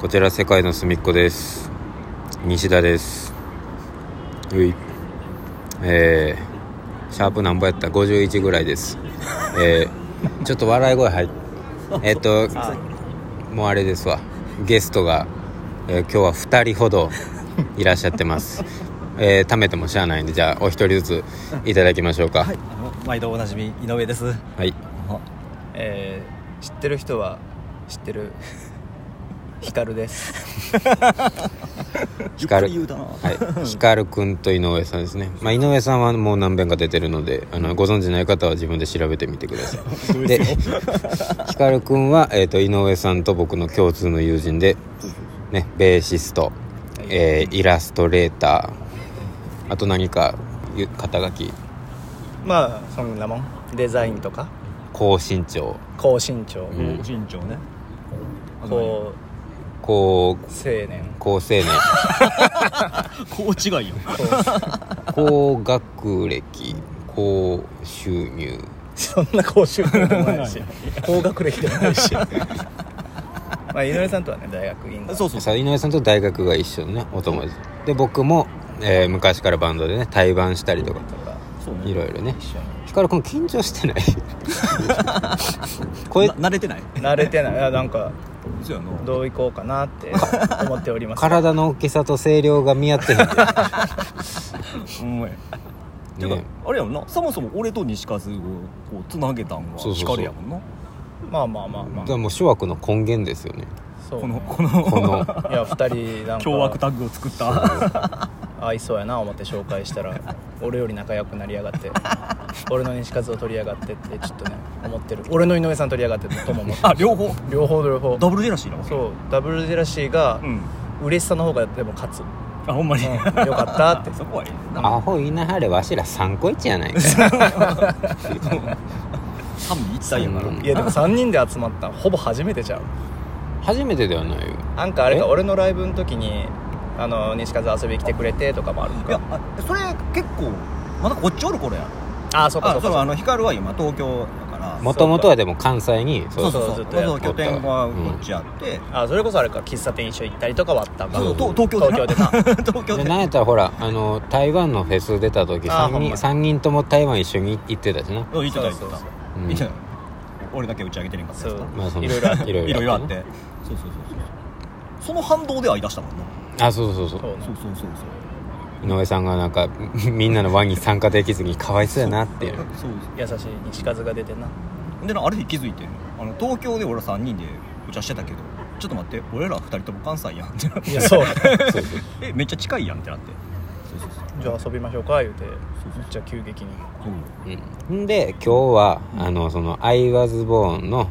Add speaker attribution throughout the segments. Speaker 1: こちら世界の隅っこです西田ですういえー、シャープ何ぼやった51ぐらいですえー、ちょっと笑い声 入っえっともうあれですわゲストが、えー今日は2人ほどいらっしゃって ますえー、貯めてもしゃあないんでじゃあお一人ずついただきましょうか
Speaker 2: はい、あの毎度おなじみ井上です。
Speaker 1: はい
Speaker 3: えー、知ってる人は知ってるヒカル です
Speaker 1: 光
Speaker 2: ゆっくり言うたな。
Speaker 1: はい、光くんと井上さんですね、まあ、井上さんはもう何遍か出てるのであのご存知ない方は自分で調べてみてくださいで光くんは、えー、と井上さんと僕の共通の友人で、ね、ベーシスト、えーイラストレーターあと何かゆ肩書き
Speaker 3: まあそんなもんデザインとか
Speaker 1: 高身長
Speaker 3: 高身長、
Speaker 1: うん
Speaker 2: 身長ね。
Speaker 3: 高
Speaker 1: 高
Speaker 3: 青年
Speaker 1: 高青 年
Speaker 2: こう違いよ。
Speaker 1: 高学歴高収入
Speaker 3: そんな高収入でもない し高学歴でもないしまあ井上さんとはね大学院の
Speaker 2: そうそう。
Speaker 1: さ井上さんと大学が一緒のねお友達で僕も、えー昔からバンドでね対バンしたりとか
Speaker 3: とか
Speaker 2: そう
Speaker 1: い
Speaker 2: ね。
Speaker 1: ろいろね
Speaker 3: 一緒に
Speaker 1: 光君緊張してない 声
Speaker 2: な慣れてない。
Speaker 3: 慣れてないいやなんか
Speaker 2: そうやの。
Speaker 3: どういこうかなって思っております
Speaker 1: 体の大きさと声量が見合ってへんね
Speaker 2: うんまい。 てかあれやもんな。そもそも俺と西和をこうつなげたんは
Speaker 1: そうそうそう
Speaker 2: 光やもんな。
Speaker 3: まあまあまあま
Speaker 1: だ
Speaker 3: あ
Speaker 1: からもう諸悪の根源ですよね
Speaker 3: そう
Speaker 2: こ
Speaker 3: ね、
Speaker 2: のこの
Speaker 1: この
Speaker 3: いや二人なん
Speaker 2: 凶悪
Speaker 3: か
Speaker 2: タッグを作った。
Speaker 3: 合いそうやな思って紹介した ら俺より仲良くなりやがって俺の西和を取りやがってってちょっとね思ってる俺の井上さん取りやがってとも思って
Speaker 2: あ両方
Speaker 3: る両方両方
Speaker 2: ダブルジェラシーなわけ。
Speaker 3: そうダブルジェラシーが
Speaker 2: うん。
Speaker 3: 嬉しさの方がでも勝つ、
Speaker 2: あほんまに。
Speaker 3: うん、よかったって
Speaker 2: そこはいいな。
Speaker 1: アホ言いなはれわしら三個一やないか
Speaker 2: 三位一体やから。
Speaker 1: うん
Speaker 3: いやでも3人で集まったのほぼ初めてじゃん
Speaker 1: 初めてではないよ
Speaker 3: なんかあれか
Speaker 1: え
Speaker 3: 俺のライブの時にあの西和遊びに来てくれてとかもあるの
Speaker 2: いや
Speaker 3: か
Speaker 2: あそれ結構まだこっちおる頃や。
Speaker 3: ああそうかそ
Speaker 2: あ
Speaker 3: う
Speaker 2: そ
Speaker 3: か
Speaker 2: う
Speaker 3: そう
Speaker 2: あの光は今東京だから。
Speaker 1: もともとはでも関西に
Speaker 2: そ
Speaker 1: そ
Speaker 2: うそううそう
Speaker 3: ず
Speaker 2: そ
Speaker 3: っ
Speaker 2: う
Speaker 3: とや
Speaker 2: そう拠点がこっちあって、
Speaker 3: あそれこそあれか喫茶店一緒行ったりとかはあったか
Speaker 2: そうそうと東
Speaker 3: 東京
Speaker 2: 京
Speaker 3: で
Speaker 2: で
Speaker 3: な
Speaker 2: な 東京
Speaker 1: で
Speaker 2: で
Speaker 1: なんやったらほらあの台湾のフェス出た時
Speaker 3: あー
Speaker 1: 3
Speaker 3: ほんま
Speaker 1: 人
Speaker 3: や
Speaker 1: 三人とも台湾一緒に行ってたしな、
Speaker 2: うん行ってた行って
Speaker 3: そうそう
Speaker 1: う
Speaker 2: た
Speaker 1: ん
Speaker 2: 行ってた俺だけ打ち上げてねんかった
Speaker 3: そ
Speaker 2: やつ
Speaker 3: う
Speaker 2: か
Speaker 1: まあその
Speaker 3: いろいろあって
Speaker 1: いろ
Speaker 2: いろいろあっ
Speaker 1: ね
Speaker 2: てそうそうそうそうその反動で会い出したもんな
Speaker 1: あそうそうそう
Speaker 3: そう
Speaker 2: そうそうそうそう
Speaker 1: 井上さんがなんか みんなの輪に参加できずにかわいそうやなっていう
Speaker 2: そう
Speaker 3: 優しい西風が出てな
Speaker 2: でなある日気づいてあの東京で俺ら3人でお茶してたけどちょっと待って俺ら2人とも関西やんってなって
Speaker 3: いや そう
Speaker 1: そうそう
Speaker 2: えめっちゃ近いやんってなってそうそうそう
Speaker 3: じゃあ遊びましょうか言うてめっ
Speaker 2: そうそう
Speaker 3: ちゃ急激に
Speaker 1: うん、で今日はあのその「I was born の」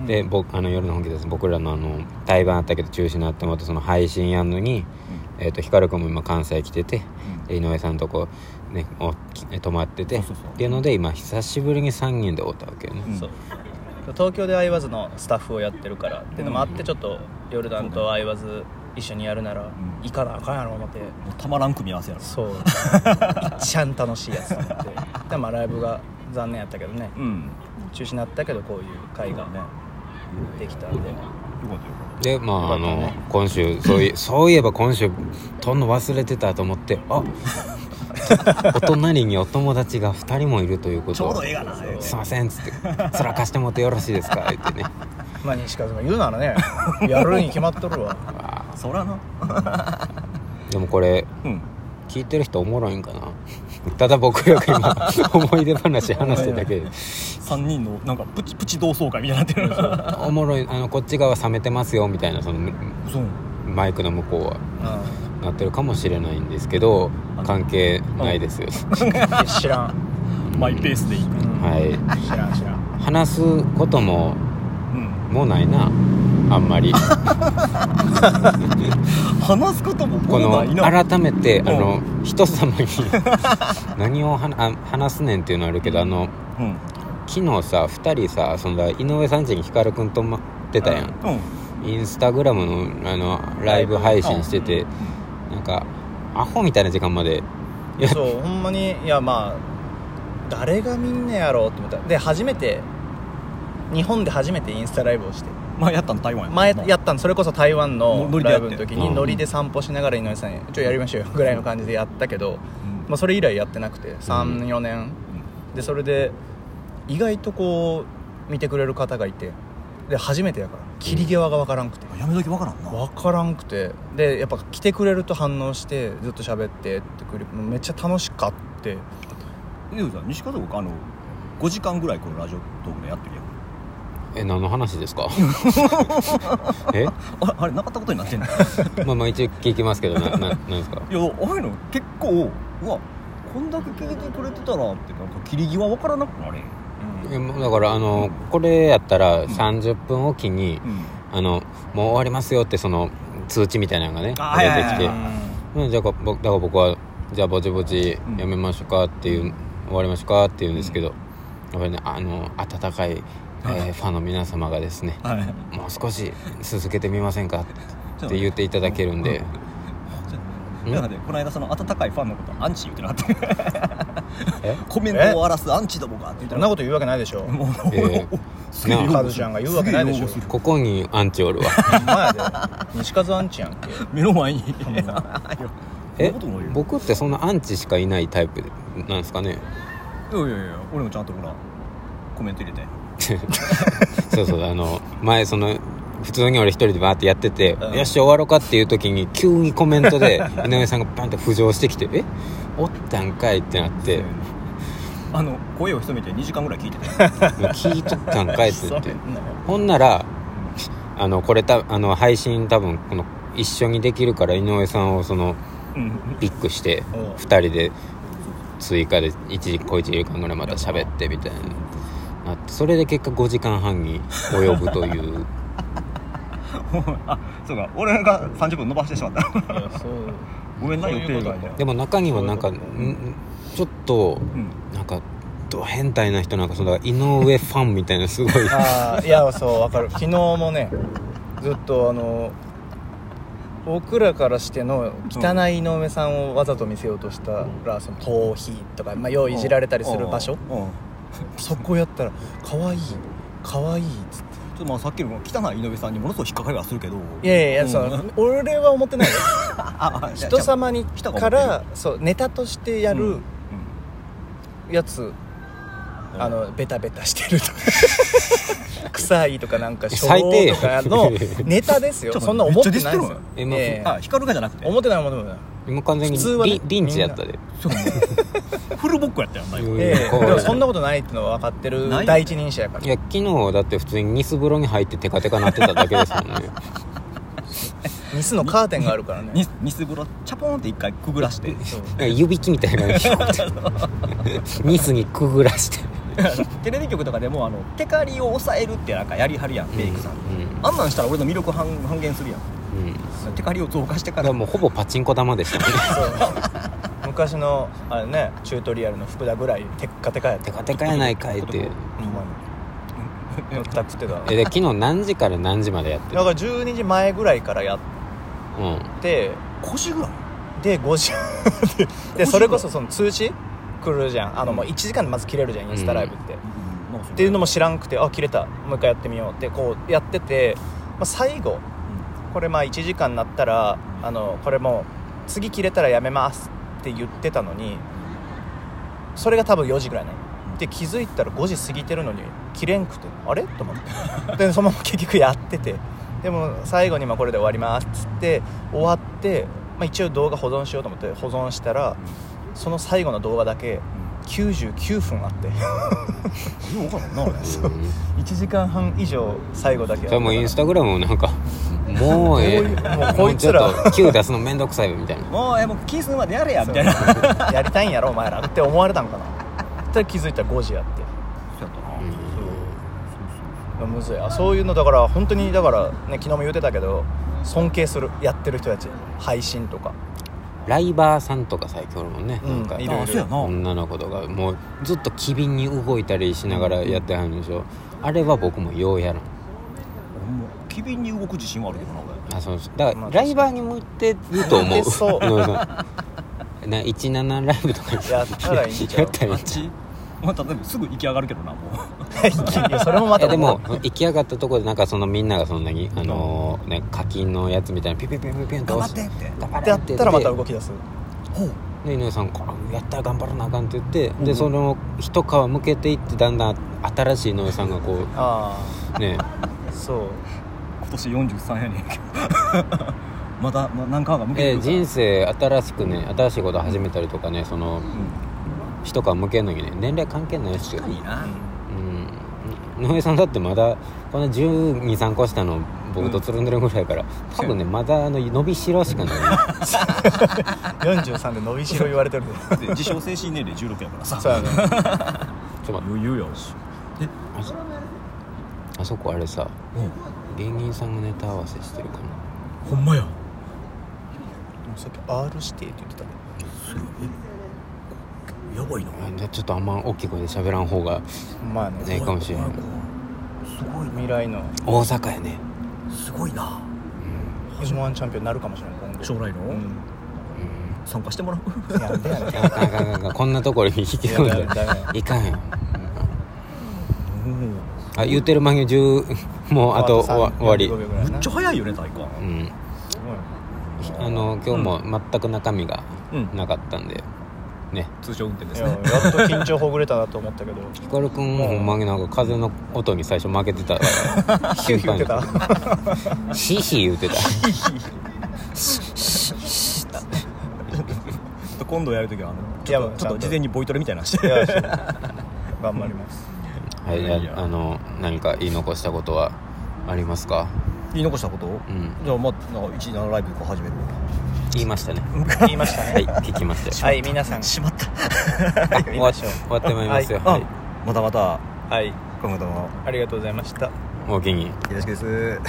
Speaker 2: うん
Speaker 1: で僕あの夜の本気です僕らのあの対バンあったけど中止になってもらったその配信やんのに、えー、と光君も今関西来ててで井上さんとこねおき泊まってて
Speaker 2: そうそうそう
Speaker 1: っていうので今久しぶりに3人でおったわけよね、
Speaker 2: うん
Speaker 3: そう東京でアイワズのスタッフをやってるからっていうのもあってちょっとヨルダンとアイワズ一緒にやるなら
Speaker 2: ん
Speaker 3: 行かなあかんやろ思って
Speaker 2: もうたまらん組み合わせやろ
Speaker 3: そういっちゃん楽しいやつと思ってでまあライブが残念やったけどね
Speaker 2: うん
Speaker 3: 中止になったけどこういう会が
Speaker 2: ねよ
Speaker 3: できたんで
Speaker 2: かったよかっ
Speaker 1: でまああ
Speaker 3: よかった
Speaker 1: の
Speaker 3: ね
Speaker 1: 今週そう いそういえば今週とんの忘れてたと思って あお隣にお友達が2人もいるということ
Speaker 2: たちょうどええがなええ
Speaker 1: すいません」っつって「そら貸してもらってよろしいです か」言ってね
Speaker 3: まあ西風が言うならねやるに決まっとるわ
Speaker 2: そらな
Speaker 1: でもこれ
Speaker 2: うん
Speaker 1: 聞いてる人おもろいんかなただ僕らが今思い出話話してるだけで
Speaker 2: 3人のなんかプチプチ同窓会みたいになってる
Speaker 1: おもろいあのこっち側冷めてますよみたいなその
Speaker 2: そう
Speaker 1: マイクの向こうは
Speaker 3: う
Speaker 1: なってるかもしれないんですけど関係ないですよ、
Speaker 3: ん知らん、
Speaker 2: マイペースでいい
Speaker 3: うん
Speaker 1: はい
Speaker 3: 知らん知らん
Speaker 1: 話すことも
Speaker 2: うん
Speaker 1: もうないなあん まり
Speaker 2: 話すことも
Speaker 1: こ
Speaker 2: もう
Speaker 1: の
Speaker 2: ないな
Speaker 1: 改めてあ
Speaker 2: ん
Speaker 1: の人様に 何をはなあ話すねんっていうのあるけどあの
Speaker 2: うんうん
Speaker 1: 昨日さ2人さその井上さんちに光くんと待ってたやんインスタグラムのあのライブ配信しててなんかアホみたいな時間までいや
Speaker 3: そうほんまにいやまあ誰が見んねやろうって思ったで初めて日本で初めてインスタライブをして
Speaker 2: う前やったの台湾や
Speaker 3: 前
Speaker 2: もう
Speaker 3: やったのそれこそ台湾の
Speaker 2: ノリで
Speaker 3: ラ
Speaker 2: や
Speaker 3: イ
Speaker 2: って
Speaker 3: ブの時
Speaker 1: う
Speaker 3: に
Speaker 1: ん
Speaker 3: ノリで散歩しながら井上さんに「ちょやりましょうよ」ぐらいの感じでやったけど、
Speaker 2: ん
Speaker 3: まあ、それ以来やってなくて34年でそれで意外とこう見てくれる方がいてで初めてやから切り際が分からんくて
Speaker 2: うんやめときわからんな
Speaker 3: 分からんくてでやっぱ来てくれると反応してずっと喋ってってくれもうめっちゃ楽しかって
Speaker 2: でもさ西川とかあの5時間ぐらいこのラジオトークでやってるやん
Speaker 1: え何の話です かえ
Speaker 2: あれあれなかったことに なってんのい
Speaker 1: まあまあ一応聞きますけどなななんですか
Speaker 2: やああいうの結構うわこんだけ聞いてくれてたらってなんか切り際わからなくなれへん
Speaker 1: えもうだからあのこれやったら30分おきに、
Speaker 2: うん
Speaker 1: あのもう終わりますよってその通知みたいなのがね
Speaker 2: あはいは
Speaker 1: 出
Speaker 2: いはい
Speaker 1: て
Speaker 2: は
Speaker 1: きて
Speaker 2: いうん
Speaker 1: うんじゃあ僕だから僕はじゃあぼちぼち
Speaker 2: うん
Speaker 1: やめましょうかっていう、終わりましょうかっていうんですけど、やっぱりねあの温かい、えーファンの皆様がですね
Speaker 2: はい
Speaker 1: もう少し続けてみませんかって言っていただけるんでうん
Speaker 2: なんかねこの間その温かいファンのことアンチ言って なかった
Speaker 1: え
Speaker 2: コメントを荒らすアンチどもがって言っ
Speaker 3: そ
Speaker 2: た
Speaker 3: ん
Speaker 2: ら
Speaker 3: なこと言うわけないでしょ
Speaker 2: もう
Speaker 1: えー
Speaker 2: すげえ
Speaker 1: なあ
Speaker 2: 擁護
Speaker 3: カズちゃんが言うわけないでしょ
Speaker 2: すげえ擁護する
Speaker 1: ここにアンチおるわ
Speaker 3: ほんまやで西和アンチやんけ
Speaker 2: 目の前に
Speaker 3: んまや
Speaker 1: え
Speaker 2: そんなことないよ
Speaker 1: 僕ってそんなアンチしかいないタイプなんですかね
Speaker 2: いやいやいや俺もちゃんとほらコメント入れて
Speaker 1: そうそうあの前その普通に俺一人でバーってやってて、
Speaker 3: うん
Speaker 1: よし終わろうかっていう時に急にコメント で井上さんがパンと浮上してきて「えおったんかい」ってなって
Speaker 2: あの声を潜めて2時間ぐらい聞いてたよ
Speaker 1: 「聞いとったんかい」って言って
Speaker 3: そんな
Speaker 1: ほんならあのこれたあの配信多分この一緒にできるから井上さんをその
Speaker 2: うん
Speaker 1: ピックして
Speaker 3: うん
Speaker 1: 2人で追加で1時小1時間ぐらいまた喋ってみたいななってそれで結果5時間半に及ぶという
Speaker 2: あそうか俺が30分伸ばしてしまった
Speaker 3: いやそう
Speaker 2: ごめんな
Speaker 3: そう
Speaker 2: 予
Speaker 3: いう
Speaker 2: 定
Speaker 3: こと
Speaker 2: が
Speaker 3: だね
Speaker 1: でも中にはなんか
Speaker 3: そういうこと
Speaker 1: んちょっと
Speaker 2: うん
Speaker 1: なんかド変態な人なんかそうだから井上ファンみたいなすごい
Speaker 3: ああいやそうわかる昨日もねずっとあの僕らからしての汚い井上さんをわざと見せようとしたら、その逃避とか、まあ、よういじられたりする場所
Speaker 2: うんうん
Speaker 3: そこやったら「可愛い可愛いっつっ
Speaker 2: ちょっとまあさっきの汚い井上さんにものすごい引っかかりはするけど
Speaker 3: ていやいやいや、その俺は思ってないよ
Speaker 2: ああ
Speaker 3: 人様に
Speaker 2: 人が
Speaker 3: か
Speaker 2: 思って
Speaker 3: らそうネタとしてやるやつ、あのベタベタしてると か臭いとかなんか初
Speaker 1: 最低
Speaker 3: 老
Speaker 1: や
Speaker 3: とか のネタですよ
Speaker 2: ちょっと
Speaker 3: そんな思ってないですよ
Speaker 1: めっちゃディスってるのよ
Speaker 3: ええ
Speaker 2: あ光るかじゃなくて
Speaker 3: 思ってない思ってない
Speaker 1: 今完全に
Speaker 3: 普通はね
Speaker 1: リリンチやったで
Speaker 2: そうフルボッコやったよな
Speaker 1: うん
Speaker 3: ええ
Speaker 1: こう
Speaker 3: でもそんなことないってのは分かってる
Speaker 2: ないよ
Speaker 3: 第一人者やか
Speaker 1: い
Speaker 3: ら
Speaker 1: や昨日だって普通にニス風呂に入ってテカテカなってただけです もんね
Speaker 3: ニスのカーテンがあるからね
Speaker 2: ニスニス風呂チャポンって一回くぐらして
Speaker 3: そう
Speaker 1: なんか湯引きみたいなの聞こ えてニスにくぐらして
Speaker 2: テレビ局とかでもあのテカリを抑えるってなんかやりはるやんメイクさん
Speaker 1: う
Speaker 2: あんなんしたら俺の魅力半半減するやん
Speaker 1: んうん
Speaker 2: テカリを増加して
Speaker 1: だ
Speaker 2: か
Speaker 1: かららもうほぼパチンコ玉でしたね
Speaker 3: そう昔のあれねチュートリアルの福田ぐらいテッカテカやって
Speaker 1: テカテカやないかいって いう
Speaker 3: ほんまに乗ったくってたわ
Speaker 1: え
Speaker 3: だ
Speaker 1: で昨日何時から何時までやってる
Speaker 3: から12時前ぐらいからやっ
Speaker 1: うん
Speaker 3: て
Speaker 2: 腰ぐらい
Speaker 3: で5時でそれこそその通知来るじゃんあのもう1時間でまず切れるじゃんインスタライブって、っていうの
Speaker 2: も
Speaker 3: も知らんくてあ切れたもう一回やってみようってこうやってて、まあ、最後これまあ1時間になったらあのこれもう次切れたらやめますって言ってたのにそれが多分4時ぐらいねで気づいたら5時過ぎてるのに切れんくてあれと思ってでそのまま結局やっててでも最後にまあこれで終わりますっつって終わって、まあ、一応動画保存しようと思って保存したらその最後の動画だけ99分あって
Speaker 2: よう分からんな俺
Speaker 1: うん
Speaker 3: 1時間半以上最後だけ
Speaker 1: それもインスタグラムもなん かもうええ
Speaker 3: もうもうこいつ
Speaker 1: も
Speaker 3: ら
Speaker 1: うちょっと Q 出すのめんどくさいみたいな
Speaker 2: もうえもう金数までやれやみたいな
Speaker 3: やりたいんやろお前らって思われたんかなそしたら気づいたら5時やってむずいあそういうのだから本当にだからね昨日も言ってたけど尊敬するやってる人たち配信とか
Speaker 1: ライバーさんとか最強だもんね、
Speaker 3: うん
Speaker 1: なんか
Speaker 3: いる
Speaker 2: あそうやな
Speaker 1: 女の子とかもうずっと機敏に動いたりしながらやってはるんでしょあれは僕もようやらん
Speaker 2: 機敏に動く自信はあるけどな俺
Speaker 1: あそうそうだか
Speaker 3: ま
Speaker 1: ら
Speaker 3: あ
Speaker 1: ライバーに向いてると思
Speaker 3: 向い うて そう
Speaker 1: 井上さんな17ライブとかに
Speaker 3: やったらいいんちゃう
Speaker 1: やったらいい
Speaker 2: あ
Speaker 1: ん
Speaker 2: っ
Speaker 1: ちゃう
Speaker 2: ちまたでもすぐ行き上がるけどなもう
Speaker 3: いやそれもま
Speaker 1: え
Speaker 3: た
Speaker 1: でも行き上がったところでなんかそのみんながそんなにあのーね課金のやつみたいなピュピュピュピュピュンと
Speaker 2: 頑張
Speaker 1: 押
Speaker 2: っ
Speaker 1: して
Speaker 2: って
Speaker 1: 頑張
Speaker 3: ってやったらまた動
Speaker 1: く
Speaker 3: き出す
Speaker 2: ほう
Speaker 1: で井上さんこれやったら頑張らなあかんって言って、
Speaker 3: うん
Speaker 1: でその一皮むけていってだんだん新しい井上さんがこ
Speaker 3: あ
Speaker 1: う ね
Speaker 3: あそう
Speaker 2: 今年43やねんけどまだま何回か向け
Speaker 1: えー
Speaker 2: てくるから
Speaker 1: 人生新しくね新しいこと始めたりとかねその一皮むけるのにね年齢関係ないし
Speaker 2: うん確かにな
Speaker 1: うん井上さんだってまだこの1 2三3個下の僕とつるんでるぐらいやから、多分ねまだあの伸びしろしか ない
Speaker 3: 43で伸びしろ言われてるんで
Speaker 2: で自称精神年齢16やからさ
Speaker 3: そうやね
Speaker 1: ちょっと待って
Speaker 2: 余裕よえ
Speaker 1: あそあそこあれさ芸人さんがネタ合わせしてるかな
Speaker 2: ほんまや
Speaker 3: さっき R 指定って言ってたね
Speaker 2: やばいな
Speaker 1: あでちょっとあんま大きい声で喋らん方が
Speaker 3: まあ
Speaker 1: ね
Speaker 3: ね
Speaker 1: いいかもしれない
Speaker 2: すごい
Speaker 3: 未来の
Speaker 1: 大阪やね
Speaker 2: なすごいな
Speaker 3: m 1チャンピオンになるかもしれない今後
Speaker 2: 将来の
Speaker 3: うん
Speaker 1: うん
Speaker 2: 参加してもらう
Speaker 3: やんでやね
Speaker 1: あかんあかんあかんこんなところに引き込ん
Speaker 3: いやダメダメ
Speaker 1: でいかんよあ言うてる間に10もうあと
Speaker 3: 3
Speaker 1: 終わ終わり
Speaker 3: 45
Speaker 1: う
Speaker 3: 秒ぐらい
Speaker 2: め
Speaker 3: な
Speaker 2: っちゃ早いよね太鼓
Speaker 1: ん
Speaker 3: すごいな
Speaker 1: あの今日も全く中身が
Speaker 2: うん
Speaker 1: なかったんでね
Speaker 2: 通常運転で
Speaker 3: い
Speaker 2: す
Speaker 3: や
Speaker 2: ね
Speaker 3: やっと緊張ほぐれたなと思ったけど
Speaker 1: ヒカルくんもほんまになんか風の音に最初負けてたから
Speaker 3: ヒューヒューってた
Speaker 1: ヒーヒー言うてた
Speaker 2: ちょっと今度やるときはあのち
Speaker 3: や
Speaker 2: ょ
Speaker 3: ば
Speaker 2: っ
Speaker 3: い
Speaker 2: とちょっと事前にボイトレみたいなのし
Speaker 3: い
Speaker 2: て
Speaker 3: やそう頑張ります
Speaker 1: はい、
Speaker 2: いやいや
Speaker 1: ああの何か言い残したことはありますか、
Speaker 2: 言い残した ことを
Speaker 1: うん、
Speaker 2: じゃあまあなんか17ライブこう始める
Speaker 1: 言いましたね
Speaker 3: 言いましたね
Speaker 1: はい聞きました
Speaker 3: は
Speaker 1: よ
Speaker 3: い皆さん
Speaker 2: し まった
Speaker 1: あ
Speaker 3: 言
Speaker 1: 終
Speaker 3: い
Speaker 1: わっ
Speaker 3: まし
Speaker 1: 終
Speaker 3: ょう
Speaker 1: わってまいりますよ
Speaker 2: あ
Speaker 1: はい、
Speaker 2: またまた
Speaker 3: はい
Speaker 2: 今後ともよ
Speaker 3: ありがとうございました
Speaker 1: おおきに
Speaker 2: ろしくです